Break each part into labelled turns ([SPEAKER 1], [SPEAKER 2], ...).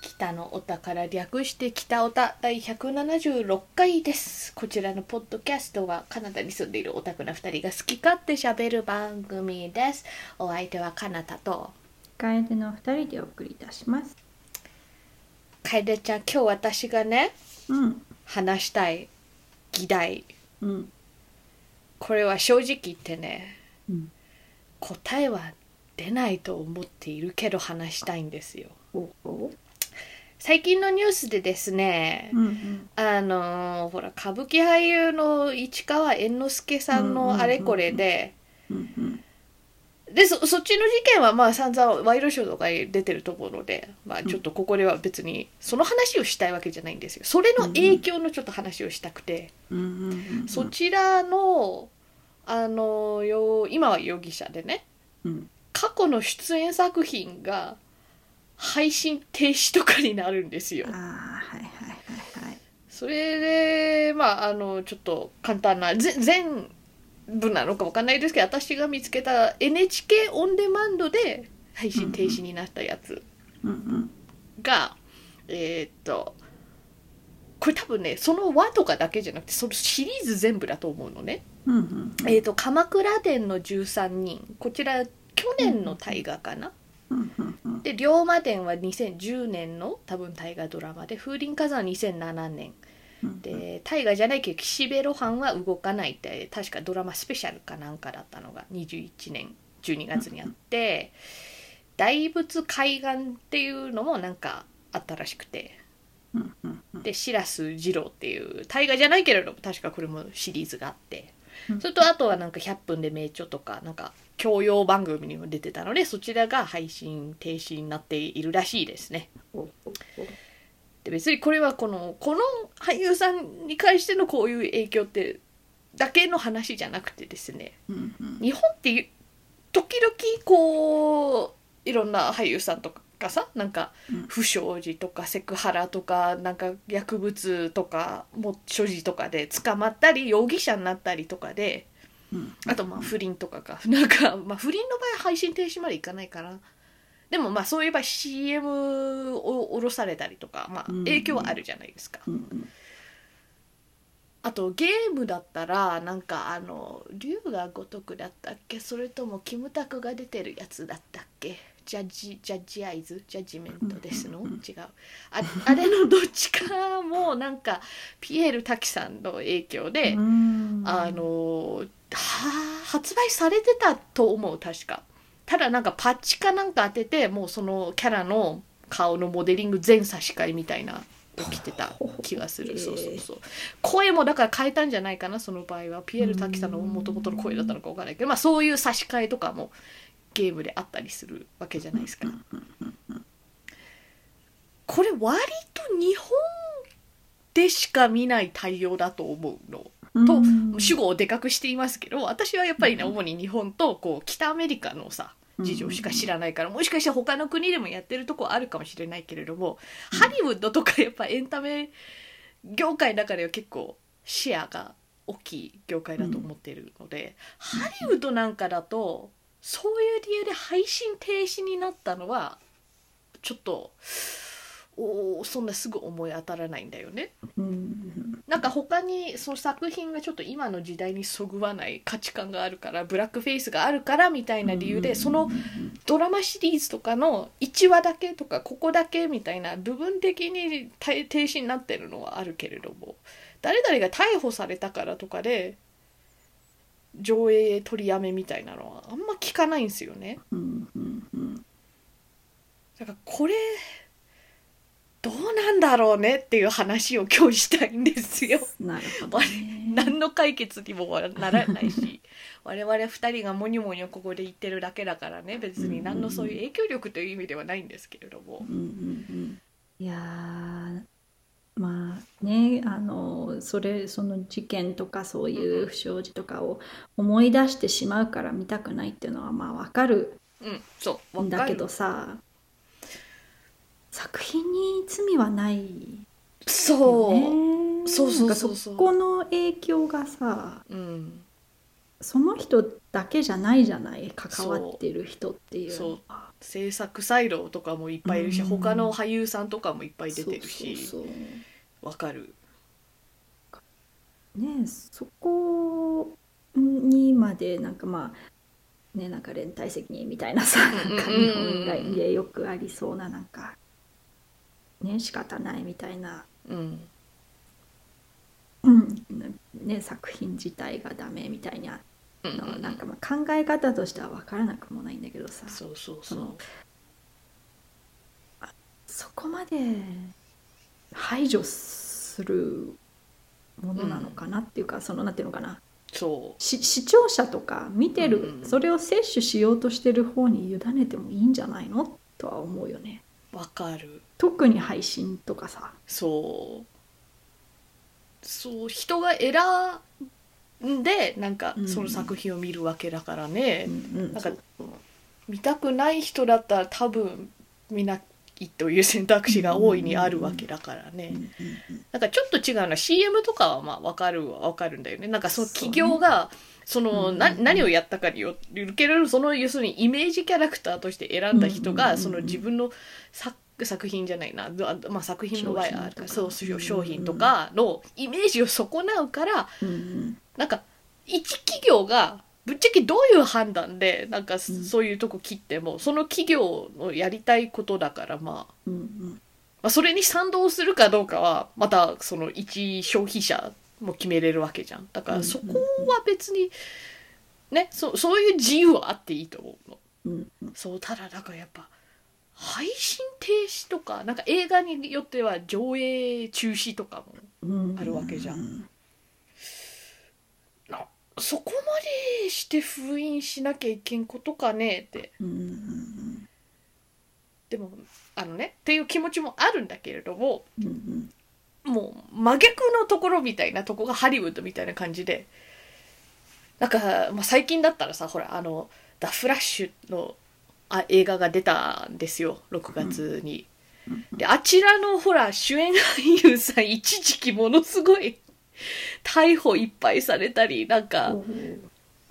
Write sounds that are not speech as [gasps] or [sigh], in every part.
[SPEAKER 1] 北のおたから略して北おた第176回ですこちらのポッドキャストはカナダに住んでいるオタクな2人が好き勝手しゃべる番組ですお相手はカナダと
[SPEAKER 2] 楓の二人でお送りいたします。
[SPEAKER 1] 楓ちゃん今日私がね
[SPEAKER 2] うん、
[SPEAKER 1] 話したい議題
[SPEAKER 2] うん、
[SPEAKER 1] これは正直言ってね
[SPEAKER 2] うん。
[SPEAKER 1] 答えは出ないと思っているけど話したいんですよ
[SPEAKER 2] おお。
[SPEAKER 1] 最近のニュースでですね、
[SPEAKER 2] うん、うん。
[SPEAKER 1] あのーほら歌舞伎俳優の市川猿之助さん
[SPEAKER 2] うんうんうんう
[SPEAKER 1] の
[SPEAKER 2] ん
[SPEAKER 1] あれこれで、
[SPEAKER 2] うん、うん。
[SPEAKER 1] でそそっちの事件はまあ散々ワイドショーとかに出てると思うので、まあ、ちょっとここでは別にその話をしたいわけじゃないんですよそれの影響のちょっと話をしたくて、
[SPEAKER 2] うん、うん。
[SPEAKER 1] そ。ちらの、あのーよ今は容疑者でね
[SPEAKER 2] うん。
[SPEAKER 1] 過去の出演作品が配信停止とかになるんですよ
[SPEAKER 2] ああ、。はい、はい、はい、はい。
[SPEAKER 1] それでまああのちょっと簡単なぜ全部なのかわかんないですけど私が見つけた NHK オンデマンドで配信停止になったやつ
[SPEAKER 2] うん、うん。
[SPEAKER 1] が、えーっとこれ多分ねその輪とかだけじゃなくてそのシリーズ全部だと思うのね。
[SPEAKER 2] うん、うん。
[SPEAKER 1] えーっと「鎌倉殿の13人」こちら去年の大河かな。
[SPEAKER 2] うん、うん、うん。
[SPEAKER 1] で「龍馬伝」は2010年の多分大河ドラマで「風林火山」は2007年。で大河じゃないけど岸辺露伴は動かないって確かドラマスペシャルかなんかだったのが21年12月にあって大仏海岸っていうのもなんかあったらしくて
[SPEAKER 2] うん、うん、うん。
[SPEAKER 1] で白洲二郎っていう大河じゃないけれども確かこれもシリーズがあって
[SPEAKER 2] うん
[SPEAKER 1] それとあとはなんか「100分で名著」とかなんか教養番組にも出てたのでそちらが配信停止になっているらしいですね。
[SPEAKER 2] おお。
[SPEAKER 1] で別にこれはこのこの俳優さんに関してのこういう影響ってだけの話じゃなくてですね
[SPEAKER 2] うん、うん。
[SPEAKER 1] 日本って時々こういろんな俳優さんとかがさなんか
[SPEAKER 2] うん
[SPEAKER 1] 不祥事とかセクハラとかなんか薬物とかも所持とかで捕まったり容疑者になったりとかで
[SPEAKER 2] うん。
[SPEAKER 1] あとまあ不倫とか [laughs] がなんか、まあ、不倫の場合配信停止までいかないからでもまあそういえば CM を下ろされたりとか、まあ、
[SPEAKER 2] うん
[SPEAKER 1] 影響はあるじゃないですか、
[SPEAKER 2] うん、うん。
[SPEAKER 1] あとゲームだったらなんかあの竜が如くだったっけそれともキムタクが出てるやつだったっけジャッジジャッジアイズジャッジメントですの、
[SPEAKER 2] うんうんうん
[SPEAKER 1] 違うああれのどっちかもなんかピエール瀧さんの影響で、
[SPEAKER 2] うん。
[SPEAKER 1] あ。のは発売されてたと思う確かただなんかパッチかなんか当ててもうそのキャラの顔のモデリング全差し替えみたいなの着てた気がす
[SPEAKER 2] へ
[SPEAKER 1] る
[SPEAKER 2] え
[SPEAKER 1] そうそうそう声もだから変えたんじゃないかなその場合はピエール滝さんのもともとの声だったのかわからないけど、まあ、そういう差し替えとかもゲームであったりするわけじゃないですかこれ割と日本でしか見ない対応だと思うの。と主語をでかくしていますけど私はやっぱりね
[SPEAKER 2] うん
[SPEAKER 1] 主に日本とこう北アメリカのさ事情しか知らないからもしかしたら他の国でもやってるとこあるかもしれないけれども
[SPEAKER 2] うん
[SPEAKER 1] ハリウッドとかやっぱエンタメ業界の中では結構シェアが大きい業界だと思っているのでハリウッドなんかだとそういう理由で配信停止になったのはちょっとおーそんなすぐ思い当たらないんだよね。
[SPEAKER 2] うん。うん。
[SPEAKER 1] なんか他にその作品がちょっと今の時代にそぐわない価値観があるからブラックフェイスがあるからみたいな理由でそのドラマシリーズとかの1話だけとかここだけみたいな部分的に停停止になってるのはあるけれども誰々が逮捕されたからとかで上映取りやめみたいなのはあんま聞かないんですよね。
[SPEAKER 2] うん、うん、うん。
[SPEAKER 1] だからこれどうなんだろうねっていう話を今日したいんですよ。
[SPEAKER 2] なるほどね。
[SPEAKER 1] 何の解決にもならないし
[SPEAKER 2] [laughs]
[SPEAKER 1] 我々2人がモニョモニョここで言ってるだけだからね別に何のそういう影響力という意味ではないんですけれども
[SPEAKER 2] うんうんうんいやーまあねあのそれその事件とかそういう不祥事とかを思い出してしまうから見たくないっていうのはまあわかる
[SPEAKER 1] うんそうわ
[SPEAKER 2] んだ
[SPEAKER 1] か
[SPEAKER 2] け
[SPEAKER 1] る
[SPEAKER 2] どさ作品に罪はない
[SPEAKER 1] そう、
[SPEAKER 2] よね
[SPEAKER 1] そうそうそうそう
[SPEAKER 2] なんかそこの影響がさ
[SPEAKER 1] うん
[SPEAKER 2] その人だけじゃないじゃない関わってる人っていうのは
[SPEAKER 1] 制作サイロとかもいっぱいいるし、
[SPEAKER 2] うん
[SPEAKER 1] 他の俳優さんとかもいっぱい出てる
[SPEAKER 2] そ
[SPEAKER 1] し
[SPEAKER 2] うそうそう
[SPEAKER 1] わかる
[SPEAKER 2] ねえそこにまでなんかまあねなんか連帯責任みたいなさ
[SPEAKER 1] うん
[SPEAKER 2] なんか日本がでよくありそうななんかね仕方ないみたいな、
[SPEAKER 1] うん
[SPEAKER 2] うんね、作品自体がダメみたいな
[SPEAKER 1] うんう
[SPEAKER 2] の
[SPEAKER 1] ん
[SPEAKER 2] なんかまあ考え方としては分からなくもないんだけどさ
[SPEAKER 1] そうそうそう
[SPEAKER 2] そのそこまで排除するものなのかなっていうか、そのなんていうのかな
[SPEAKER 1] そ
[SPEAKER 2] し視聴者とか見て
[SPEAKER 1] う
[SPEAKER 2] る
[SPEAKER 1] ん、うん
[SPEAKER 2] それを摂取しようとしてる方に委ねてもいいんじゃないのとは思うよね
[SPEAKER 1] うわかる
[SPEAKER 2] 特に配信とかさ
[SPEAKER 1] そうそう人が選んでなんか
[SPEAKER 2] うん
[SPEAKER 1] その作品を見るわけだからね、な
[SPEAKER 2] な
[SPEAKER 1] んか見たくない人だったら多分見ないという選択肢が大いにあるわけだからね、なんかちょっと違うのは CM とかはまあ分かるは分かるんだよねなんかその
[SPEAKER 2] そうね
[SPEAKER 1] 企業がその、
[SPEAKER 2] うん
[SPEAKER 1] な何をやったかによるけれどその要するにイメージキャラクターとして選んだ人
[SPEAKER 2] うんうん
[SPEAKER 1] が
[SPEAKER 2] うんうん
[SPEAKER 1] その自分の作作品じゃないな、あまあ、作品の場合はあるから
[SPEAKER 2] 商品と
[SPEAKER 1] そ
[SPEAKER 2] か
[SPEAKER 1] うそう商品とかのイメージを損なうからなんか一企業がぶっちゃけどういう判断でなんか
[SPEAKER 2] うん
[SPEAKER 1] そういうとこ切ってもその企業のやりたいことだからまあまあ、それに賛同するかどうかはまたその一消費者も決めれるわけじゃんだか
[SPEAKER 2] う
[SPEAKER 1] ら
[SPEAKER 2] んうんうん
[SPEAKER 1] そこは別にねそそういう自由はあっていいと思うのそうただだからやっぱ配信停止とかなんか映画によっては上映中止とかもあるわけじゃん
[SPEAKER 2] ん
[SPEAKER 1] そこまでして封印しなきゃいけんことかねって
[SPEAKER 2] うんうん
[SPEAKER 1] でもあのねっていう気持ちもあるんだけれども
[SPEAKER 2] うんうん
[SPEAKER 1] もう真逆のところみたいなとこがハリウッドみたいな感じでなんか、まあ、最近だったらさほらあの「ダ・フラッシュの」あ映画が出たんですよ6月に。
[SPEAKER 2] うん
[SPEAKER 1] であちらのほら主演俳優さん一時期ものすごい逮捕いっぱいされたりなんか、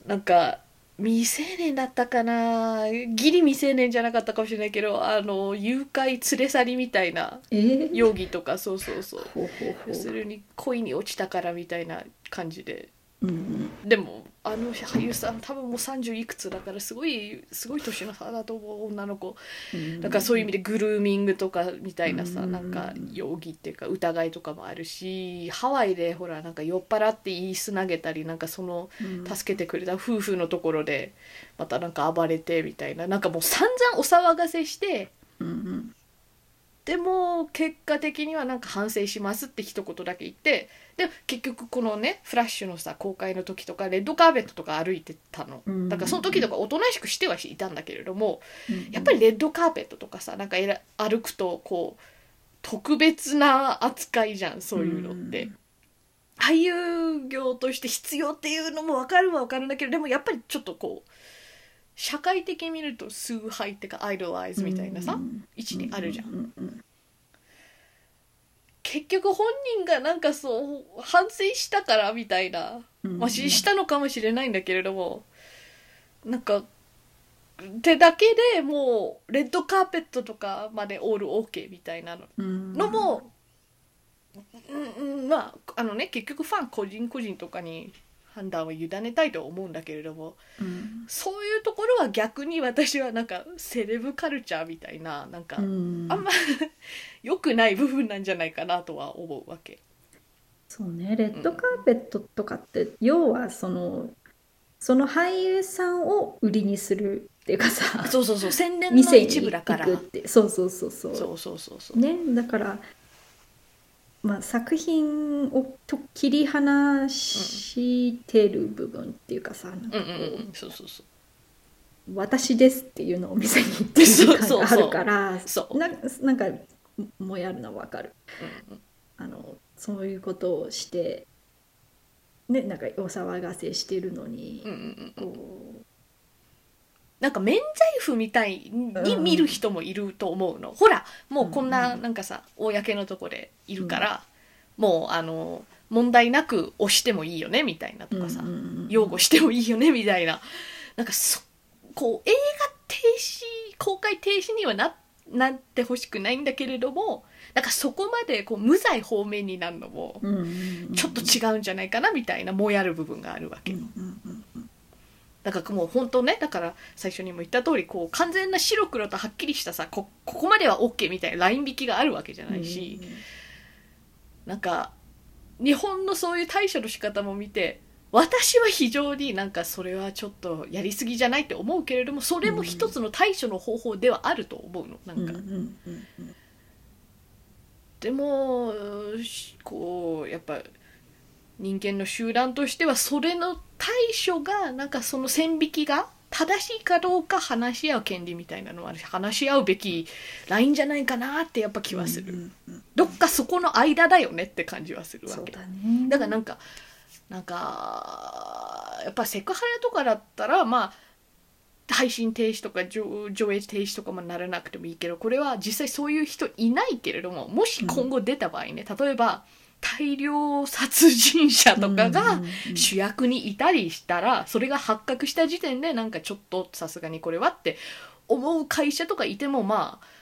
[SPEAKER 1] なんか未成年だったかなギリ未成年じゃなかったかもしれないけどあの誘拐連れ去りみたいな
[SPEAKER 2] えー
[SPEAKER 1] 容疑とかそうそうそう
[SPEAKER 2] ほうほうほ
[SPEAKER 1] 要す
[SPEAKER 2] う
[SPEAKER 1] るに恋に落ちたからみたいな感じで
[SPEAKER 2] うんうん
[SPEAKER 1] でもあの俳優さん多分もう30いくつだからすごいすごい年の差だと思う女の子
[SPEAKER 2] うん
[SPEAKER 1] だからそういう意味でグルーミングとかみたいなさ
[SPEAKER 2] うん
[SPEAKER 1] なんか容疑っていうか疑いとかもあるしハワイでほらなんか酔っ払って椅子投げたりなんかその
[SPEAKER 2] うん
[SPEAKER 1] 助けてくれた夫婦のところでまたなんか暴れてみたいななんかもう散々お騒がせして
[SPEAKER 2] うんうん
[SPEAKER 1] でも結果的にはなんか反省しますって一言だけ言ってで結局このねフラッシュのさ公開の時とかレッドカーペットとか歩いてたの
[SPEAKER 2] うん
[SPEAKER 1] だからその時とかおとなしくしてはいたんだけれども
[SPEAKER 2] うん
[SPEAKER 1] やっぱりレッドカーペットとかさなんかえら歩くとこう特別な扱いじゃんそういうのって。俳優業として必要っていうのも分かるは分かるんだけどでもやっぱりちょっとこう社会的に見ると崇拝っていうかアイドライズみたいなさ、
[SPEAKER 2] うん
[SPEAKER 1] 位置にあるじゃん
[SPEAKER 2] ううん
[SPEAKER 1] 結局本人がなんかそう反省したからみたいな
[SPEAKER 2] うん
[SPEAKER 1] まあししたのかもしれないんだけれどもなんか手だけでもうレッドカーペットとかまでオールオーケーみたいなの
[SPEAKER 2] うん
[SPEAKER 1] のも、うんうん、まああのね結局ファン個人個人とかに判断を委ねたいとは思うんだけれども
[SPEAKER 2] うん
[SPEAKER 1] そういうところは逆に私はなんかセレブカルチャーみたいななんか、
[SPEAKER 2] うん
[SPEAKER 1] あんま良くない部分なんじゃないかなとは思うわけ。
[SPEAKER 2] そうねレッドカーペットとかって、要はそのその俳優さんを売りにするっていうかさ
[SPEAKER 1] そうそうそう宣伝の
[SPEAKER 2] 店に
[SPEAKER 1] 一部だから
[SPEAKER 2] 行くってそうそうそうそう
[SPEAKER 1] そうそうそうそう、
[SPEAKER 2] ねだから、まあ、作品をと切り離してる部分っていうかさ、なん
[SPEAKER 1] う
[SPEAKER 2] か
[SPEAKER 1] ん
[SPEAKER 2] こ
[SPEAKER 1] う
[SPEAKER 2] うん
[SPEAKER 1] うんそうそうそう
[SPEAKER 2] 私ですっていうのを店に行ってる感があるから
[SPEAKER 1] そうそうそう
[SPEAKER 2] ななんかもやるのわかる。
[SPEAKER 1] うんうん
[SPEAKER 2] あのそういうことをして、ね、なんかお騒がせしてるのに、
[SPEAKER 1] うんうんうん
[SPEAKER 2] こう
[SPEAKER 1] なんか免罪符みたいに見る人もいると思うの、ほらもうこんななんかさ公のとこでいるから、もうあの問題なく押してもいいよねみたいなとかさ、
[SPEAKER 2] うんうんうん
[SPEAKER 1] 擁護してもいいよねみたいななんかそこう映画停止公開停止にはななってほしくないんだけれどもなんかそこまでこう無罪方面になるのも
[SPEAKER 2] うんうんうんうん
[SPEAKER 1] ちょっと違うんじゃないかなみたいなもやる部分があるわけ
[SPEAKER 2] う
[SPEAKER 1] よ。
[SPEAKER 2] んうんうんうん
[SPEAKER 1] だからもう本当ねだから最初にも言った通りこう完全な白黒とはっきりしたさこここまでは OK みたいなライン引きがあるわけじゃないし、なんか日本のそういう対処の仕方も見て私は非常になんかそれはちょっとやりすぎじゃないって思うけれどもそれも一つの対処の方法ではあると思うのな
[SPEAKER 2] うんんう
[SPEAKER 1] か、
[SPEAKER 2] んうんうんうん
[SPEAKER 1] でもしこうやっぱ人間の集団としてはそれの対処がなんかその線引きが正しいかどうか話し合う権利みたいなのはあるし話し合うべきラインじゃないかなってやっぱ気はする、
[SPEAKER 2] うんうんうん
[SPEAKER 1] どっかそこの間だよねって感じはするわ
[SPEAKER 2] そう
[SPEAKER 1] け
[SPEAKER 2] だね
[SPEAKER 1] だからなんかなんかやっぱセクハラとかだったらまあ配信停止とか上上映停止とかもならなくてもいいけどこれは実際そういう人いないけれどももし今後出た場合ね、例えば大量殺人者とか
[SPEAKER 2] うん
[SPEAKER 1] が
[SPEAKER 2] うんうん
[SPEAKER 1] 主役にいたりしたらそれが発覚した時点でなんかちょっとさすがにこれはって思う会社とかいてもまあ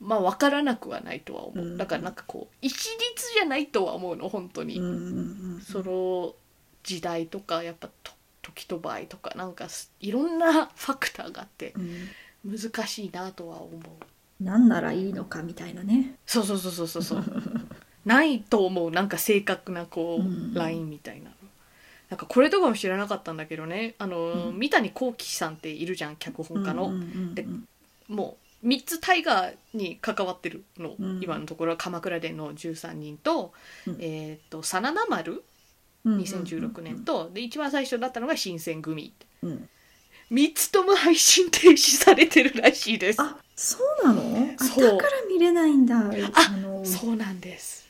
[SPEAKER 1] まあ分からなくはないとは思
[SPEAKER 2] う
[SPEAKER 1] うんだからなんかこう一律じゃないとは思うの本当に。
[SPEAKER 2] うんうんうん
[SPEAKER 1] その時代とかやっぱと時と場合とかなんかすいろんなファクターがあって
[SPEAKER 2] うん
[SPEAKER 1] 難しいなとは思う
[SPEAKER 2] なんならいいのかみたいなね
[SPEAKER 1] そうそうそうそうそうそう [laughs] ないと思うなんか正確なこ
[SPEAKER 2] うん
[SPEAKER 1] うラインみたいなのなんかこれとかも知らなかったんだけどねあの、
[SPEAKER 2] うん
[SPEAKER 1] 三谷幸喜さんっているじゃん脚本家の、
[SPEAKER 2] うんうんうん
[SPEAKER 1] でもう3つ大河に関わってるの、
[SPEAKER 2] うん
[SPEAKER 1] 今のところは「鎌倉殿の13人と」
[SPEAKER 2] うん
[SPEAKER 1] えーっと「真田丸」
[SPEAKER 2] うんうん
[SPEAKER 1] 2016年と、で一番最初だったのが「新選組」
[SPEAKER 2] うん
[SPEAKER 1] 3つとも配信停止されてるらしいです
[SPEAKER 2] あそうなのあ
[SPEAKER 1] そう
[SPEAKER 2] だから見れないんだあの
[SPEAKER 1] そうなんです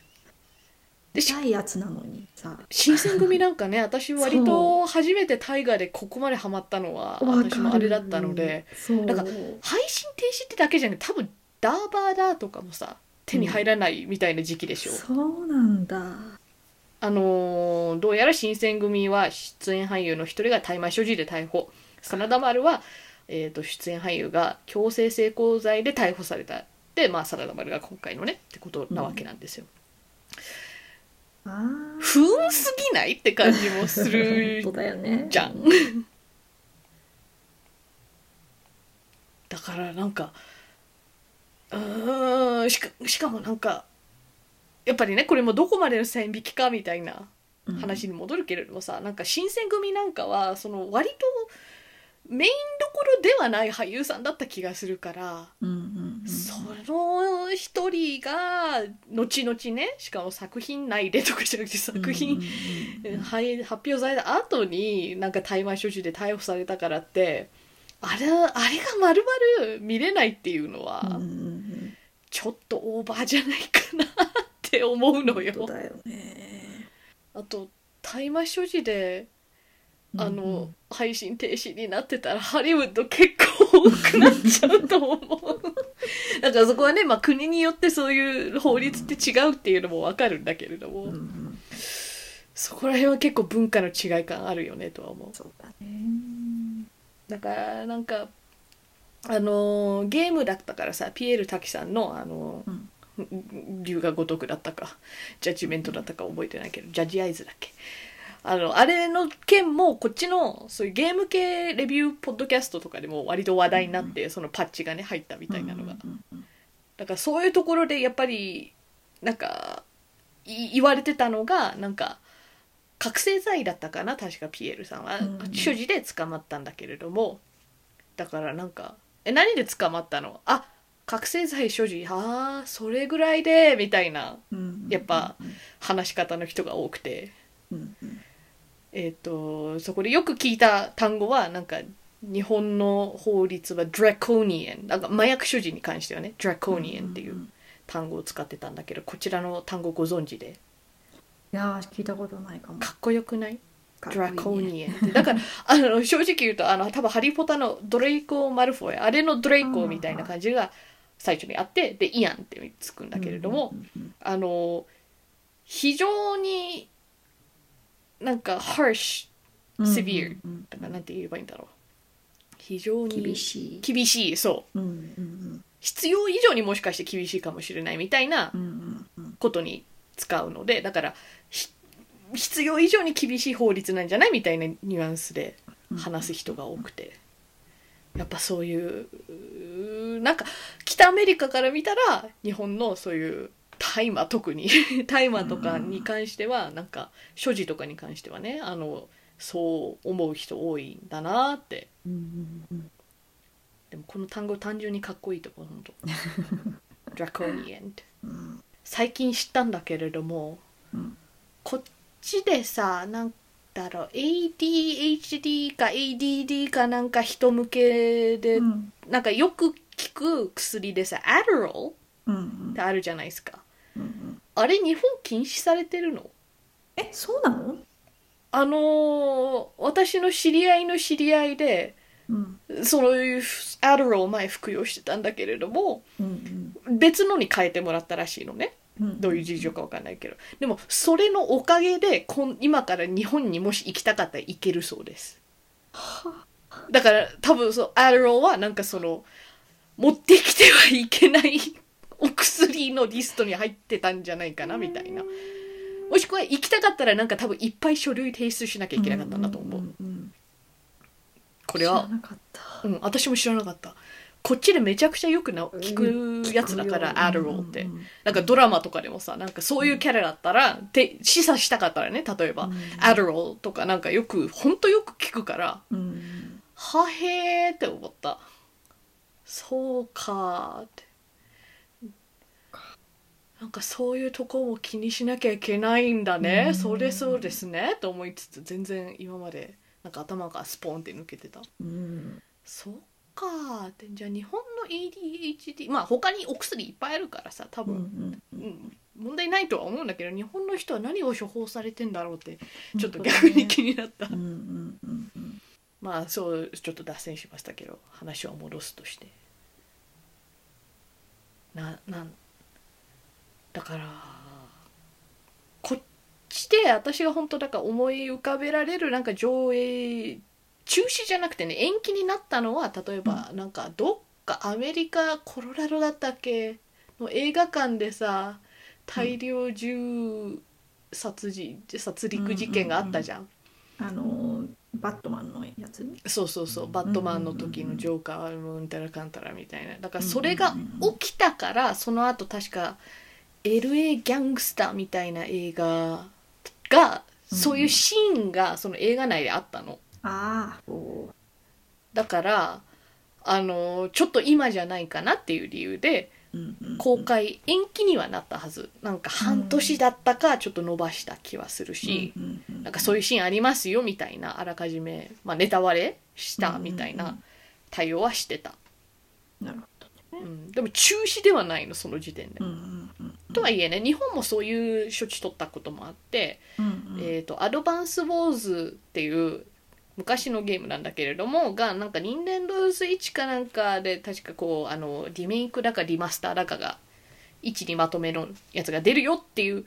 [SPEAKER 1] でし
[SPEAKER 2] 痛いやつなのにさ
[SPEAKER 1] 新選組なんか [laughs] ね私割
[SPEAKER 2] そ
[SPEAKER 1] と初めて大河でここまでハマったのは
[SPEAKER 2] わか
[SPEAKER 1] 私
[SPEAKER 2] る
[SPEAKER 1] もあれだったので
[SPEAKER 2] そう
[SPEAKER 1] なんか配信停止ってだけじゃなくて多分ダーバーダーとかもさ手に入らないみたいな時期でしょ、
[SPEAKER 2] そうなんだ
[SPEAKER 1] あのーどうやら新選組は出演俳優の一人が大麻所持で逮捕真田丸は、えー、と出演俳優が強制性交罪で逮捕されたで、まあ、真田丸が今回のねってことなわけなんですよ、
[SPEAKER 2] あー
[SPEAKER 1] 不運すぎないって感じもする
[SPEAKER 2] [laughs] 本当だよね
[SPEAKER 1] じゃんだからなんかうーんしかしかもなんかやっぱりねこれもどこまでの線引きかみたいな
[SPEAKER 2] うん
[SPEAKER 1] 話に戻るけれどもさなんか新選組なんかはその割とメインどころではない俳優さんだった気がするから、
[SPEAKER 2] うんうんうん
[SPEAKER 1] その一人が後々ねしかも作品内でとかじゃなくて作品、
[SPEAKER 2] うんうんうん
[SPEAKER 1] はい発表された後になんか大麻所持で逮捕されたからってあれあれがまるまる見れないっていうのは
[SPEAKER 2] うんうんうん
[SPEAKER 1] ちょっとオーバーじゃないかなって思うのよ。
[SPEAKER 2] 本当だよね
[SPEAKER 1] あと大麻所持であの、
[SPEAKER 2] うん
[SPEAKER 1] 配信停止になってたらハリウッド結構多くなっちゃうと思
[SPEAKER 2] [laughs]
[SPEAKER 1] うだからそこはね、まあ、国によってそういう法律って違うっていうのも分かるんだけれども、
[SPEAKER 2] うんうん
[SPEAKER 1] そこら辺は結構文化の違い感あるよねとは思う
[SPEAKER 2] そうだね
[SPEAKER 1] だからなんかあのーゲームだったからさピエール瀧さんの、あの
[SPEAKER 2] う
[SPEAKER 1] ー
[SPEAKER 2] ん
[SPEAKER 1] 龍が如くだったかジャッジメントだったか覚えてないけどジャッジアイズだっけあのあれの件もこっちのそういうゲーム系レビューポッドキャストとかでも割と話題になって、そのパッチがね入ったみたいなのが、
[SPEAKER 2] うんうん
[SPEAKER 1] だからそういうところでやっぱりなんかい言われてたのがなんか覚醒剤だったかな確かピエールさんは、
[SPEAKER 2] うんうん
[SPEAKER 1] 所持で捕まったんだけれどもだからなんか「え何で捕まったのあ覚醒剤所持あーそれぐらいで」みたいな
[SPEAKER 2] うんうんうん
[SPEAKER 1] やっぱ話し方の人が多くて、
[SPEAKER 2] うんうん
[SPEAKER 1] えー、とそこでよく聞いた単語はなんか日本の法律は「ドラコニアン」なんか麻薬所持に関してはね「ドラコニアン」っていう。
[SPEAKER 2] んんん
[SPEAKER 1] 単語を使ってたんだけどこちらの単語ご存知で
[SPEAKER 2] いやー聞いたことないかも
[SPEAKER 1] かっこよくない
[SPEAKER 2] かっ
[SPEAKER 1] ドラコ
[SPEAKER 2] こいいね
[SPEAKER 1] ニエンってだからあの正直言うとあの多分ハリー・ポッターのドレイコ・マルフォイあれのドレイコみたいな感じが最初にあってでイアンってつくんだけれども、
[SPEAKER 2] うんうん
[SPEAKER 1] あの非常になんかハーシ
[SPEAKER 2] うんうん
[SPEAKER 1] セビア
[SPEAKER 2] うん
[SPEAKER 1] ュだからなんて言えばいいんだろう非常に
[SPEAKER 2] 厳しい。
[SPEAKER 1] 厳しいそう
[SPEAKER 2] うんうん
[SPEAKER 1] 必要以上にもしかして厳しいかもしれないみたいな
[SPEAKER 2] うんうんうんうん
[SPEAKER 1] ことに使うのでだからひ必要以上に厳しい法律なんじゃないみたいなニュアンスで
[SPEAKER 2] うん
[SPEAKER 1] 話す人が多くてやっぱそういううーなんか北アメリカから見たら日本のそういう大麻特に [laughs] 大麻とかに関してはなんか所持とかに関してはねあのそう思う人多いんだなって
[SPEAKER 2] うんうんうん
[SPEAKER 1] でもこの単語単純にかっこいいとこ本
[SPEAKER 2] [laughs]
[SPEAKER 1] 当ドラコニエンって
[SPEAKER 2] うん
[SPEAKER 1] 最近知ったんだけれども、
[SPEAKER 2] うん
[SPEAKER 1] こっちでさなんだろう ADHD か ADD かなんか人向けで、
[SPEAKER 2] うん
[SPEAKER 1] なんかよく聞く薬でさ Adderall
[SPEAKER 2] うん
[SPEAKER 1] っ
[SPEAKER 2] うん
[SPEAKER 1] てあるじゃないですか、
[SPEAKER 2] うんうん
[SPEAKER 1] あれ日本禁止されてるの
[SPEAKER 2] え、そうなの
[SPEAKER 1] あのー私の知り合いの知り合いで
[SPEAKER 2] うん
[SPEAKER 1] そのいう Adderall を前服用してたんだけれども
[SPEAKER 2] うん
[SPEAKER 1] 別のに変えてもらったらしいのね
[SPEAKER 2] うん
[SPEAKER 1] どういう事情かわかんないけどでもそれのおかげでこん今から日本にもし行きたかったら行けるそうですだから多分そうアルローはなんかその持ってきてはいけない [laughs] お薬のリストに入ってたんじゃないかなみたいなもしくは行きたかったらなんか多分いっぱい書類提出しなきゃいけなかったんだと思う、
[SPEAKER 2] んんん
[SPEAKER 1] これ
[SPEAKER 2] 知ら
[SPEAKER 1] は、
[SPEAKER 2] なかった
[SPEAKER 1] うん、私も知らなかったこっちでめちゃくちゃよくな聞くやつだから、アルローって、
[SPEAKER 2] うんうんうん
[SPEAKER 1] なんかドラマとかでもさ、なんかそういうキャラだったら、て示唆したかったらね、例えば、
[SPEAKER 2] うん
[SPEAKER 1] Adderall とかなんかよく、ほんとよく聞くから、
[SPEAKER 2] うん
[SPEAKER 1] はへーって思った。そうかーって。なんかそういうとこも気にしなきゃいけないんだね。
[SPEAKER 2] うん
[SPEAKER 1] それそうですね。と思いつつ、全然今まで、なんか頭がスポンって抜けてた。
[SPEAKER 2] うん
[SPEAKER 1] そっかーって。じゃあ日本の ADHD、まあ他にお薬いっぱいあるからさ、多
[SPEAKER 2] う
[SPEAKER 1] 分。
[SPEAKER 2] ん
[SPEAKER 1] う
[SPEAKER 2] う
[SPEAKER 1] んん問題ないとは思うんだけど日本の人は何を処方されてんだろうってちょっと
[SPEAKER 2] 本当だ
[SPEAKER 1] 逆
[SPEAKER 2] ね
[SPEAKER 1] に気になった、
[SPEAKER 2] うんうんうんうん
[SPEAKER 1] まあそうちょっと脱線しましたけど話を戻すとしてななんだからこっちで私が本当だから思い浮かべられるなんか上映中止じゃなくてね延期になったのは例えばなんかどっかアメリカコロラドだったっけの映画館でさ大量銃殺人殺戮事件があったじゃん。
[SPEAKER 2] あのバットマンのやつ
[SPEAKER 1] そうそうそうバットマンの時のジョーカーうんたらかんたらみたいなだからそれが
[SPEAKER 2] うんうんうん
[SPEAKER 1] 起きたからその後確か LA ギャングスターみたいな映画がそういうシーンがその映画内であったの
[SPEAKER 2] ああお
[SPEAKER 1] だからあのちょっと今じゃないかなっていう理由で公開延期にはなったはずなんか半年だったかちょっと伸ばした気はするし、なんかそういうシーンありますよみたいなあらかじめ、まあ、ネタ割れしたみたいな対応はしてた、
[SPEAKER 2] うんなるほどね
[SPEAKER 1] うん、でも中止ではないのその時点で。
[SPEAKER 2] うんうんうん
[SPEAKER 1] とはいえね日本もそういう処置取ったこともあって、
[SPEAKER 2] うんうん
[SPEAKER 1] えー、とアドバンス・ウォーズっていう昔のゲームなんだけれどもがなんか任天堂スイッチかなんかで確かこうあのリメイクだかリマスターだかが一にまとめのやつが出るよっていう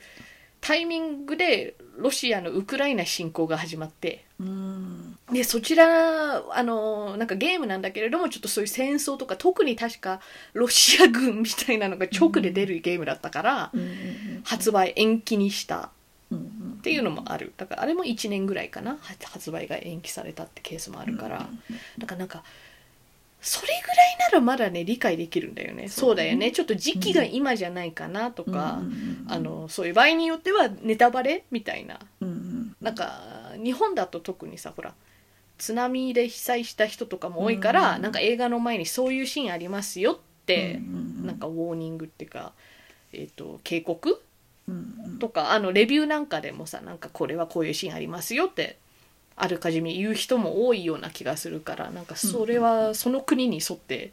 [SPEAKER 1] タイミングでロシアのウクライナ侵攻が始まって。
[SPEAKER 2] うん
[SPEAKER 1] でそちらあのなんかゲームなんだけれどもちょっとそういう戦争とか特に確かロシア軍みたいなのが直で出るゲームだったから、
[SPEAKER 2] うんうん
[SPEAKER 1] 発売延期にした
[SPEAKER 2] うんうん
[SPEAKER 1] っていうのもあるだからあれも1年ぐらいかなは発売が延期されたってケースもあるから、だからなんかそれぐらいならまだね理解できるんだよねそうだよねちょっと時期が今じゃないかなとか、
[SPEAKER 2] うんうんうん
[SPEAKER 1] あのそういう場合によってはネタバレみたいな
[SPEAKER 2] うんうん
[SPEAKER 1] なんか日本だと特にさほら津波で被災した人とかも多いから、
[SPEAKER 2] うん
[SPEAKER 1] なんか映画の前にそういうシーンありますよって
[SPEAKER 2] う、ん
[SPEAKER 1] なんかウォーニングっていうか、えー、と警告
[SPEAKER 2] うんうん
[SPEAKER 1] とかあのレビューなんかでもさなんかこれはこういうシーンありますよってあるかじめ言う人も多いような気がするからなんかそれはその国に沿って。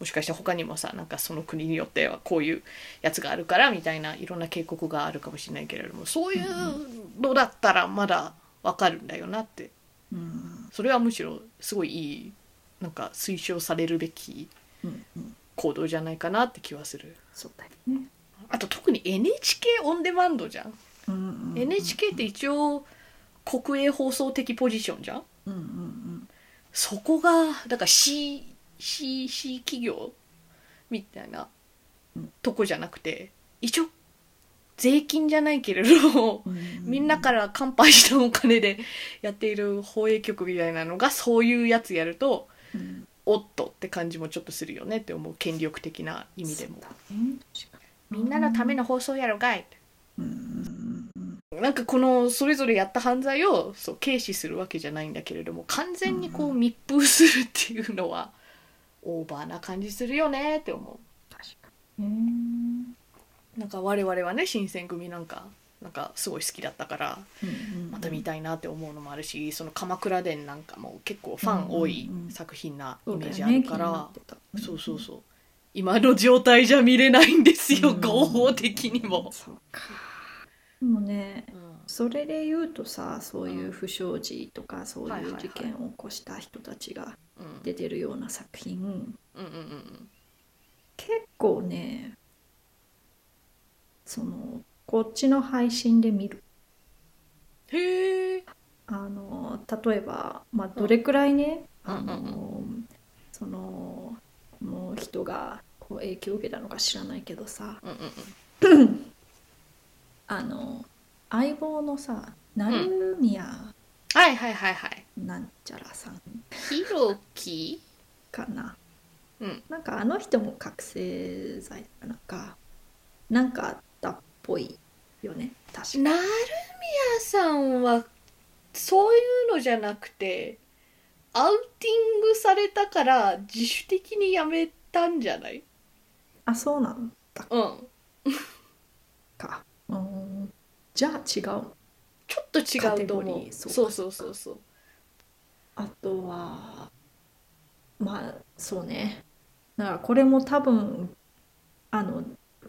[SPEAKER 1] もしかして他にもさなんかその国によってはこういうやつがあるからみたいないろんな警告があるかもしれないけれどもそういうのだったらまだわかるんだよなって
[SPEAKER 2] うん
[SPEAKER 1] それはむしろすごいいいなんか推奨されるべき
[SPEAKER 2] うんうん
[SPEAKER 1] 行動じゃないかなって気はする
[SPEAKER 2] そうだよね
[SPEAKER 1] あと特に NHK オンデマンドじゃん
[SPEAKER 2] うんうんうん
[SPEAKER 1] NHK って一応国営放送的ポジションじゃん
[SPEAKER 2] うんうんうん
[SPEAKER 1] そこがだから C, C, C 企業みたいなとこじゃなくて一応税金じゃないけれどみんなから乾杯したお金でやっている放映局みたいなのがそういうやつやると
[SPEAKER 2] うん
[SPEAKER 1] おっとって感じもちょっとするよねって思う権力的な意味でも
[SPEAKER 2] そうだね確かに
[SPEAKER 1] みんなのための放送やろがいって
[SPEAKER 2] うんうん
[SPEAKER 1] なんかこのそれぞれやった犯罪をそう軽視するわけじゃないんだけれども完全にこう密封するっていうのはオーバーな感じするよねって思
[SPEAKER 2] 確かにね
[SPEAKER 1] うなんか我々はね新選組なんかなんかすごい好きだったから
[SPEAKER 2] うんうん
[SPEAKER 1] また見たいなって思うのもあるしその「鎌倉殿」なんかも結構ファン多い作品なイ
[SPEAKER 2] そう
[SPEAKER 1] メ
[SPEAKER 2] だ
[SPEAKER 1] ー
[SPEAKER 2] よ
[SPEAKER 1] ジ
[SPEAKER 2] ね
[SPEAKER 1] あるから、
[SPEAKER 2] 気になってた
[SPEAKER 1] そうそうそう今の状態じゃ見れないんですよ、
[SPEAKER 2] うん
[SPEAKER 1] 合法的にも。
[SPEAKER 2] そうかでもね
[SPEAKER 1] うん
[SPEAKER 2] それで言うとさそういう不祥事とかそう
[SPEAKER 1] はいはい
[SPEAKER 2] い
[SPEAKER 1] は
[SPEAKER 2] う
[SPEAKER 1] い
[SPEAKER 2] 事件を起こした人たちが
[SPEAKER 1] うん
[SPEAKER 2] 出てるような作品
[SPEAKER 1] うんうんうん
[SPEAKER 2] 結構ねそのこっちの配信で見る
[SPEAKER 1] へえ
[SPEAKER 2] あの例えば、まあ、どれくらいね、
[SPEAKER 1] うん
[SPEAKER 2] あの
[SPEAKER 1] うん
[SPEAKER 2] そのもう人がこう影響を受けたのか知らないけどさ
[SPEAKER 1] うんうんうん
[SPEAKER 2] あの相棒のさ成宮
[SPEAKER 1] はいはいはいはい。
[SPEAKER 2] なんちゃらさん
[SPEAKER 1] ひろき
[SPEAKER 2] かな、
[SPEAKER 1] うん
[SPEAKER 2] なんかあの人も覚醒剤かなんかなんかあったっぽいよね確か
[SPEAKER 1] なるみやさんはそういうのじゃなくてアウティングされたから自主的にやめたんじゃない
[SPEAKER 2] あそうなんだ
[SPEAKER 1] うん。
[SPEAKER 2] かうーんじゃあ違う
[SPEAKER 1] ちょっと違うと
[SPEAKER 2] カテゴ
[SPEAKER 1] 思
[SPEAKER 2] リ
[SPEAKER 1] う。
[SPEAKER 2] ー
[SPEAKER 1] そ
[SPEAKER 2] そうう
[SPEAKER 1] そうそうそうそう。
[SPEAKER 2] あとはまあそうねだからこれも多分あの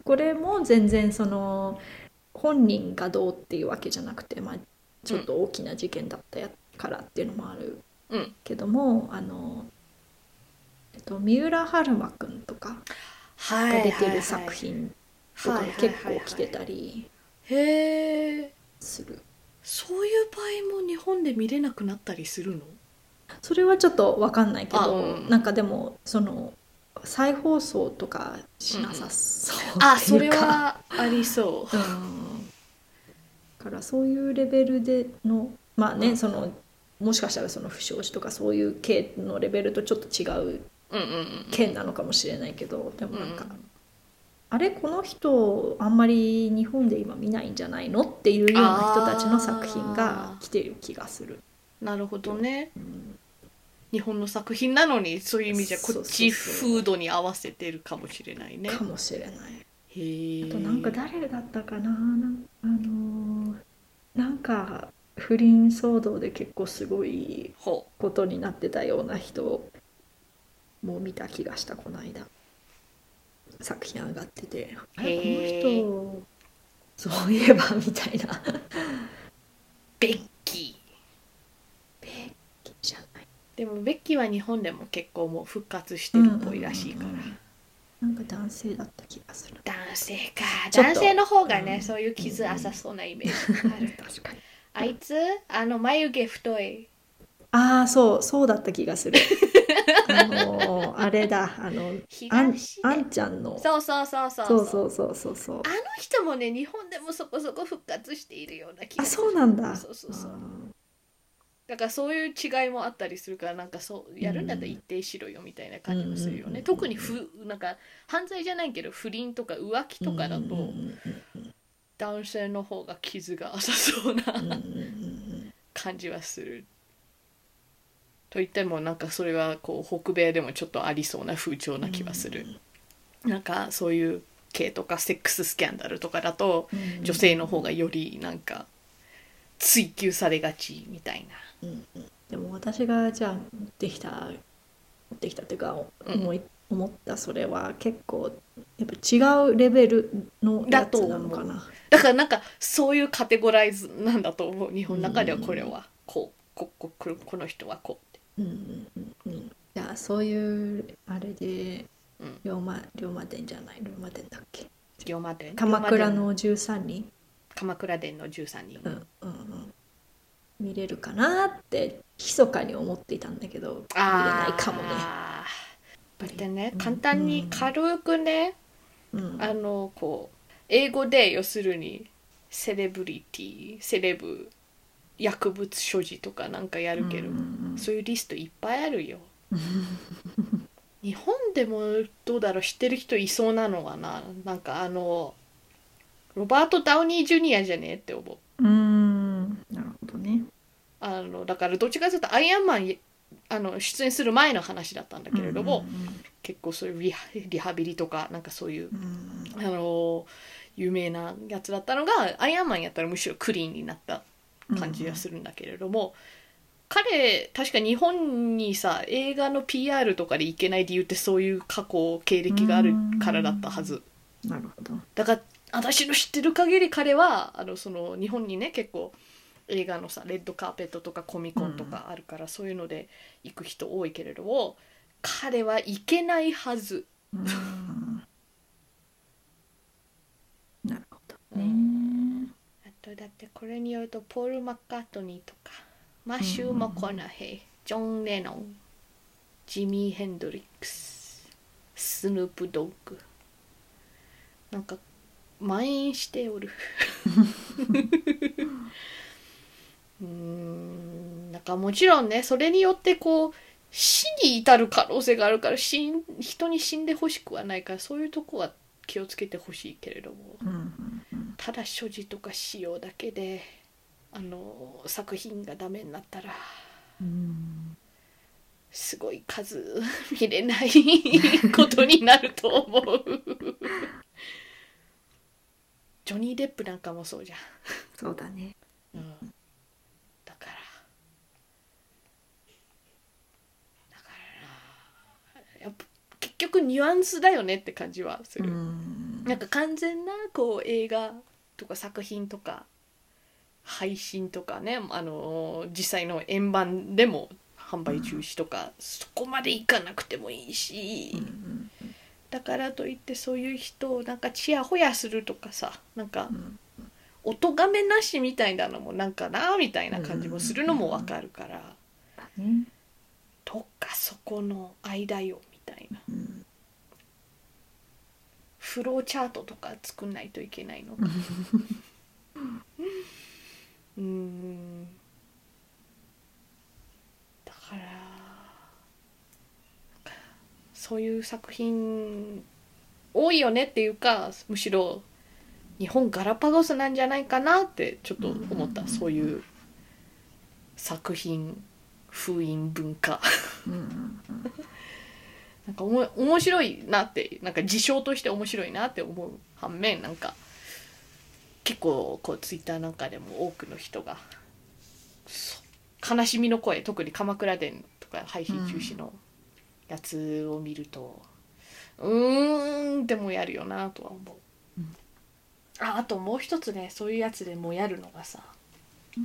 [SPEAKER 2] これも全然その本人がどうっていうわけじゃなくて、まあ、ちょっと大きな事件だったやからっていうのもある
[SPEAKER 1] うん
[SPEAKER 2] けども、あの、えっと、三浦春馬くんとか
[SPEAKER 1] は
[SPEAKER 2] が出てる作品とかも結構来て
[SPEAKER 1] はいはいはいは
[SPEAKER 2] たり
[SPEAKER 1] いへえ。
[SPEAKER 2] する。
[SPEAKER 1] そういう場合も日本で見れなくなったりするの
[SPEAKER 2] それはちょっとわかんないけ
[SPEAKER 1] あ
[SPEAKER 2] ど、
[SPEAKER 1] うん
[SPEAKER 2] なんかでもその再放送とかしなさそうっていうか、
[SPEAKER 1] あ、それはありそ
[SPEAKER 2] うんだからそういうレベルでのまあね、そのもしかしたらその不祥事とかそういう系のレベルとちょっと違う
[SPEAKER 1] う。うんうんうん。
[SPEAKER 2] 件なのかもしれないけどでも
[SPEAKER 1] う
[SPEAKER 2] なんんか、あれこの人あんまり日本で今見ないんじゃないのっていうような人たちの作品が来てる気がする。
[SPEAKER 1] なるほどね。
[SPEAKER 2] うん
[SPEAKER 1] 日本の作品なのにそういう意味じゃこっち
[SPEAKER 2] そうそうそう
[SPEAKER 1] 風土に合わせてるかもしれないね。
[SPEAKER 2] かもしれない。
[SPEAKER 1] へえ。
[SPEAKER 2] あとなんか誰だったかななんあのーなんか不倫騒動で結構すごい
[SPEAKER 1] ほ
[SPEAKER 2] ことになってたような人も見た気がしたこの間作品上がっててあれこ
[SPEAKER 1] へ
[SPEAKER 2] の人そういえばみたいな
[SPEAKER 1] うベッキー。
[SPEAKER 2] ベッキーじゃない
[SPEAKER 1] でもベッキーは日本でも結構もう復活してるっぽいらしいから。
[SPEAKER 2] うんうんうんうんなんか男性だった気がする
[SPEAKER 1] 男性か。
[SPEAKER 2] ちょっと
[SPEAKER 1] 男性の方がね、
[SPEAKER 2] うん
[SPEAKER 1] そういう傷浅そうなイメー [laughs] ジがある。
[SPEAKER 2] 確かに
[SPEAKER 1] あいつあの眉毛太い。
[SPEAKER 2] ああそうそうだった気がす [laughs] るあのーあれだあのあん
[SPEAKER 1] 東
[SPEAKER 2] あ
[SPEAKER 1] で
[SPEAKER 2] んちゃんの
[SPEAKER 1] そうそうそうそう
[SPEAKER 2] そうそうそうそうそう
[SPEAKER 1] あの人もね日本でもそこそこ復活しているような気が
[SPEAKER 2] あ
[SPEAKER 1] す
[SPEAKER 2] そ
[SPEAKER 1] る
[SPEAKER 2] うなんだ
[SPEAKER 1] そうそうそう
[SPEAKER 2] あー
[SPEAKER 1] だからそういう違いもあったりするからなんかそうやるんだったら一定しろよみたいな感じもするよね、
[SPEAKER 2] うんうんうん
[SPEAKER 1] 特にふなんか犯罪じゃないけど不倫とか浮気とかだ
[SPEAKER 2] うんうん
[SPEAKER 1] と男性の方が傷が浅そうな
[SPEAKER 2] うんうんうんうん
[SPEAKER 1] 感じはする。といってもなんかそれはこう北米でもちょっとありそうな風潮な気はする、なんかそういう系とかセックススキャンダルとかだと
[SPEAKER 2] うん
[SPEAKER 1] 女性の方がよりなんか追求されがちみたいな。
[SPEAKER 2] うんうんでも私がじゃあ持ってきた持ってきたっていうか
[SPEAKER 1] うん
[SPEAKER 2] 思い、思ったそれは結構やっぱ違うレベルのやつなのかな
[SPEAKER 1] だからなんかそういうカテゴライズなんだと思う日本の中ではこれはこうここここの人はこうって
[SPEAKER 2] うんうんうんうんじゃあそういうあれで
[SPEAKER 1] うん
[SPEAKER 2] 龍馬龍馬伝じゃない龍馬伝だっけ
[SPEAKER 1] 龍馬伝
[SPEAKER 2] 鎌倉の13人
[SPEAKER 1] 鎌倉殿の13人、
[SPEAKER 2] うんうんうん見れるかなって密かに思っていたんだけど見れないかもね。
[SPEAKER 1] あーでね
[SPEAKER 2] うん
[SPEAKER 1] 簡単に軽くね、
[SPEAKER 2] うん、
[SPEAKER 1] あのこう英語で要するにセレブリティセレブ薬物所持とかなんかやるけど、
[SPEAKER 2] うんうん
[SPEAKER 1] そういうリストいっぱいあるよ日本でもどうだろう知ってる人いそうなのはななんかあのロバート・ダウニー・ジュニアじゃねえって思う
[SPEAKER 2] うん、うんなるほどね。
[SPEAKER 1] あのだからどっちかというとアイアンマンいあの出演する前の話だったんだけれども、結構そういうリハリハビリとかなんかそういう
[SPEAKER 2] うんうんうん、
[SPEAKER 1] あの有名なやつだったのがアイアンマンやったらむしろクリーンになった感じがするんだけれども、彼確か日本にさ映画の PR とかで行けない理由ってそういう過去経歴があるからだったはず、
[SPEAKER 2] うん。なるほど。
[SPEAKER 1] だから私の知ってる限り彼はあのその日本にね結構映画のさレッドカーペットとかコミコンとかあるから、そういうので行く人多いけれども彼は行けないはず
[SPEAKER 2] うんなるほど
[SPEAKER 1] う
[SPEAKER 2] ね。
[SPEAKER 1] あとだってこれによるとポール・マッカートニーとかマシュー・マコナヘイ、ジョン・レノンジミー・ヘンドリックススヌープ・ドッグなんか蔓延しておるうーんなんかもちろんねそれによってこう死に至る可能性があるから死ん人に死んでほしくはないからそういうとこは気をつけてほしいけれども。
[SPEAKER 2] うんうんうん
[SPEAKER 1] ただ所持とか使用だけであの作品がダメになったら
[SPEAKER 2] うん
[SPEAKER 1] すごい数 [laughs] 見れないことになると思うジョニー・デップなんかもそうじゃ
[SPEAKER 2] そうだね。
[SPEAKER 1] ん、だからだからなやっぱ結局ニュアンスだよねって感じはする、
[SPEAKER 2] ん
[SPEAKER 1] なんか完全なこう映画とか作品とか配信とかね、あのー実際の円盤でも販売中止とか、そこまでいかなくてもいいし、
[SPEAKER 2] うん
[SPEAKER 1] だからといってそういう人をなんかチヤホヤするとかさなんか
[SPEAKER 2] うん
[SPEAKER 1] お咎めなしみたいなのもなんかなみたいな感じもするのもわかるから、
[SPEAKER 2] だね。
[SPEAKER 1] どっかそこの間よみたいな
[SPEAKER 2] うん
[SPEAKER 1] フローチャートとか作んないといけないのか [laughs] うーんだからそういう作品多いよねっていうかむしろ日本ガラパゴスなんじゃないかなってちょっと思った、そういう作品封印文化
[SPEAKER 2] うん
[SPEAKER 1] なんかおも面白いなってなんか事象として面白いなって思う反面なんか結構こうツイッターなんかでも多くの人がそう悲しみの声特に「鎌倉殿」とか配信中止のやつを見るとうーんでもやるよなとは思う、
[SPEAKER 2] うん
[SPEAKER 1] ああともう一つねそういうやつでもやるのがさ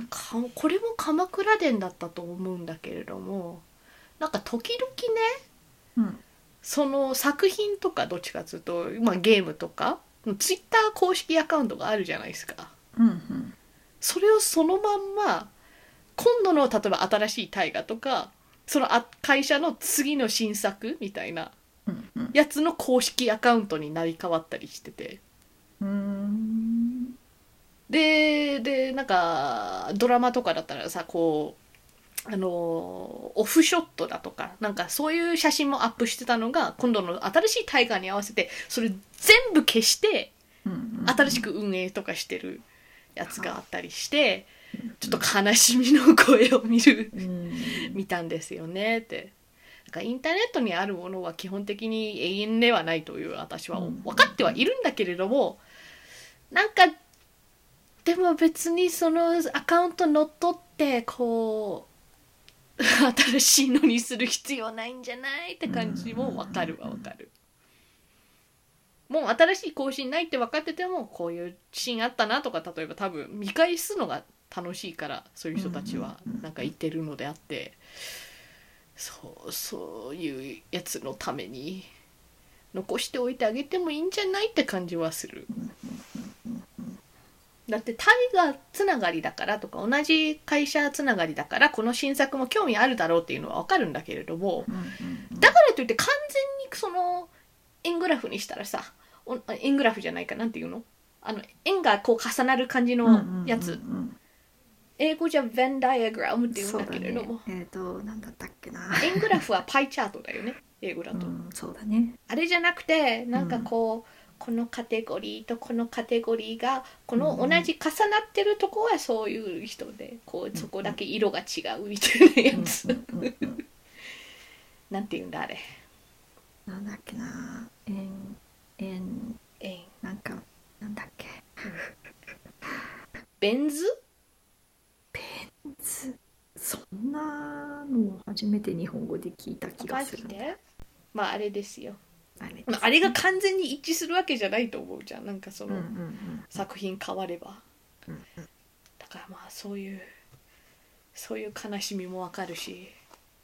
[SPEAKER 1] かこれも「鎌倉殿」だったと思うんだけれどもなんか時々ね
[SPEAKER 2] うん
[SPEAKER 1] その作品とかどっちかっつうと、まあ、ゲームとかツイッター公式アカウントがあるじゃないですか
[SPEAKER 2] うん
[SPEAKER 1] それをそのまんま今度の例えば新しい大河とかそのあ会社の次の新作みたいな
[SPEAKER 2] うんうん
[SPEAKER 1] やつの公式アカウントになり変わったりしてて
[SPEAKER 2] うん
[SPEAKER 1] ででなんかドラマとかだったらさこうあのーオフショットだとかなんかそういう写真もアップしてたのが今度の新しい大河に合わせてそれ全部消して
[SPEAKER 2] うん
[SPEAKER 1] 新しく運営とかしてるやつがあったりしてちょっと悲しみの声を見る
[SPEAKER 2] うん
[SPEAKER 1] 見たんですよねって。なんかインターネットにあるものは基本的に永遠ではないという私は
[SPEAKER 2] うん
[SPEAKER 1] 分かってはいるんだけれどもなんかでも別にそのアカウント乗っ取ってこう [laughs] 新しいのにする必要ないんじゃないって感じも分かるは分かる。もう新しい更新ないって分かっててもこういうシーンあったなとか例えば多分見返すのが楽しいからそういう人たちは
[SPEAKER 2] うんうんうん
[SPEAKER 1] なんか言ってるのであってそうそういうやつのために残しておいてあげてもいいんじゃないって感じはする。だってタイガーつながりだからとか同じ会社つながりだからこの新作も興味あるだろうっていうのは分かるんだけれどもだからといって完全にその円グラフにしたらさお円グラフじゃないかなんていうのあの円がこう重なる感じのやつ、
[SPEAKER 2] うんうんうんうん
[SPEAKER 1] 英語じゃ Venn ダイアグラムっていうん
[SPEAKER 2] そ
[SPEAKER 1] だ
[SPEAKER 2] うだ
[SPEAKER 1] けれど
[SPEAKER 2] ね
[SPEAKER 1] も、
[SPEAKER 2] えっ、となんだったっけな、
[SPEAKER 1] 円グラフはパイチャートだよね英語だ
[SPEAKER 2] う
[SPEAKER 1] と、
[SPEAKER 2] ん、そうだね
[SPEAKER 1] あれじゃなくてなんかこう、このカテゴリーとこのカテゴリーがこの同じ重なってるとこはそういう人でこうそこだけ色が違うみたいなやつ、
[SPEAKER 2] うんうんうん
[SPEAKER 1] なんていうんだあれ
[SPEAKER 2] なんだっけなえんえん
[SPEAKER 1] 円
[SPEAKER 2] なんかなんだっけ
[SPEAKER 1] ベン図
[SPEAKER 2] つそんなの初めて日本語で聞いた気が
[SPEAKER 1] マ
[SPEAKER 2] す
[SPEAKER 1] ジ
[SPEAKER 2] る
[SPEAKER 1] でまああれですよ、
[SPEAKER 2] あれ
[SPEAKER 1] まあ、あれが完全に一致するわけじゃないと思うじゃんなんかそ
[SPEAKER 2] うんう
[SPEAKER 1] の
[SPEAKER 2] ん
[SPEAKER 1] 作品変われば、
[SPEAKER 2] うんうん
[SPEAKER 1] だからまあそういうそういう悲しみもわかるし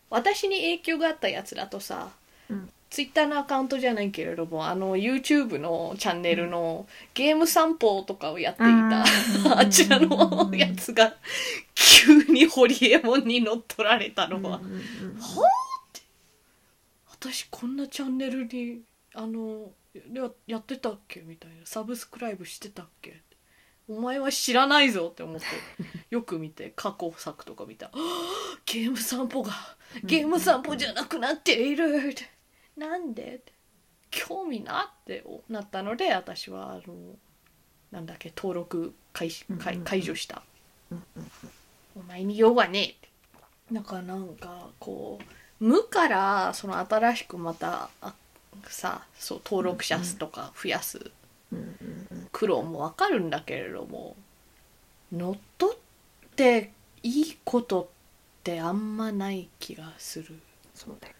[SPEAKER 1] 私に影響があったやつだとさ、
[SPEAKER 2] うん
[SPEAKER 1] ツイッターのアカウントじゃないけれどもあの YouTube のチャンネルのゲーム散歩とかをやっていた
[SPEAKER 2] あ
[SPEAKER 1] あ,、
[SPEAKER 2] ー
[SPEAKER 1] ちらのやつが急にホリエモンに乗っ取られたのは、
[SPEAKER 2] うんうんうん
[SPEAKER 1] 私こんなチャンネルにあのややってたっけみたいなサブスクライブしてたっけお前は知らないぞって思ってよく見て過去作とか見た [gasps] はあゲーム散歩がゲーム散歩じゃなくなっているってなんでって興味なってなったので私はあのなんだっけ登録開始
[SPEAKER 2] うんうん
[SPEAKER 1] 解
[SPEAKER 2] うん
[SPEAKER 1] 解除した
[SPEAKER 2] うん
[SPEAKER 1] お前に用はねえってなんかなんかこう無からその新しくまたあさそう登録者数とか増やす
[SPEAKER 2] うんうんうん
[SPEAKER 1] 苦労もわかるんだけれども乗っ取っていいことってあんまない気がする、
[SPEAKER 2] そうだよね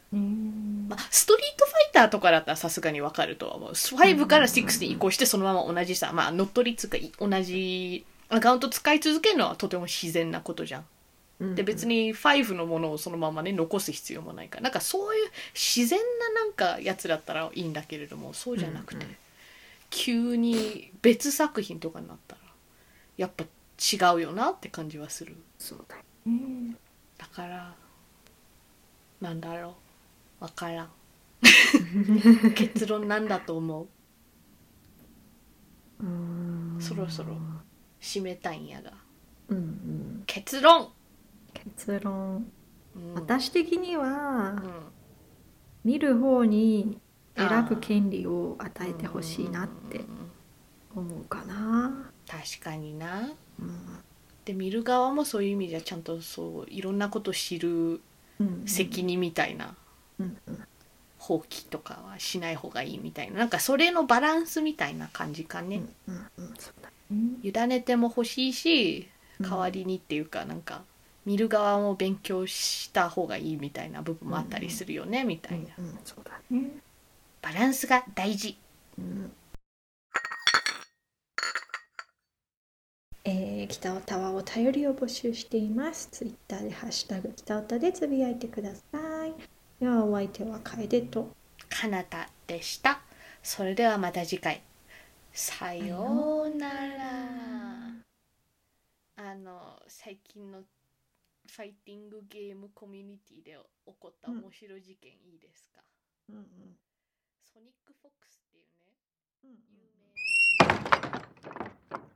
[SPEAKER 1] まあ、ストリートファイターとかだったらさすがにわかるとは思う5から6に移行してそのまま同じさ、まあ、乗っ取りっつうかい同じアカウント使い続けるのはとても自然なことじゃんで別
[SPEAKER 2] に
[SPEAKER 1] に5のものをそのままね残す必要もないからなんかそういう自然ななんかやつだったらいいんだけれどもそうじゃなくて、
[SPEAKER 2] うんうん
[SPEAKER 1] 急に別作品とかになったらやっぱ違うよなって感じはする
[SPEAKER 2] そうだよね
[SPEAKER 1] だからなんだろうわから
[SPEAKER 2] [laughs]
[SPEAKER 1] ん結論なんだと思う
[SPEAKER 2] うーん
[SPEAKER 1] そろそろ締めたいんやが
[SPEAKER 2] うんうん
[SPEAKER 1] 結論、
[SPEAKER 2] 結論
[SPEAKER 1] うん、
[SPEAKER 2] 私的に
[SPEAKER 1] う
[SPEAKER 2] は
[SPEAKER 1] ん、
[SPEAKER 2] 見る方に選ぶ権利を与えてほしいなっ
[SPEAKER 1] う
[SPEAKER 2] て
[SPEAKER 1] んうんうんうん
[SPEAKER 2] 思うかな
[SPEAKER 1] 確かにな
[SPEAKER 2] うん
[SPEAKER 1] で見る側もそういう意味じゃちゃんとそういろんなこと知る
[SPEAKER 2] うん
[SPEAKER 1] 責任みたいな
[SPEAKER 2] うんうん
[SPEAKER 1] 放棄とかはしない方がいいみたいななんかそれのバランスみたいな感じかね、
[SPEAKER 2] うんうんそうだね
[SPEAKER 1] 委ねても欲しいし
[SPEAKER 2] うん
[SPEAKER 1] 代わりにっていうかなんか見る側も勉強した方がいいみたいな部分もあったりするよね、みたいな
[SPEAKER 2] うんうんそうだね
[SPEAKER 1] バランスが大事
[SPEAKER 2] うんえー、北オタはお便りを募集しています。ツイッターでハッシュタグ北オタでつぶやいてください。ではお相手は楓と。
[SPEAKER 1] かなたでしたそれではまた次回さようならあの最近のファイティングゲームコミュニティで起こった面白い事件いいですか、
[SPEAKER 2] うんうん
[SPEAKER 1] ソニックフォックスっていうね
[SPEAKER 2] うん
[SPEAKER 1] 有名な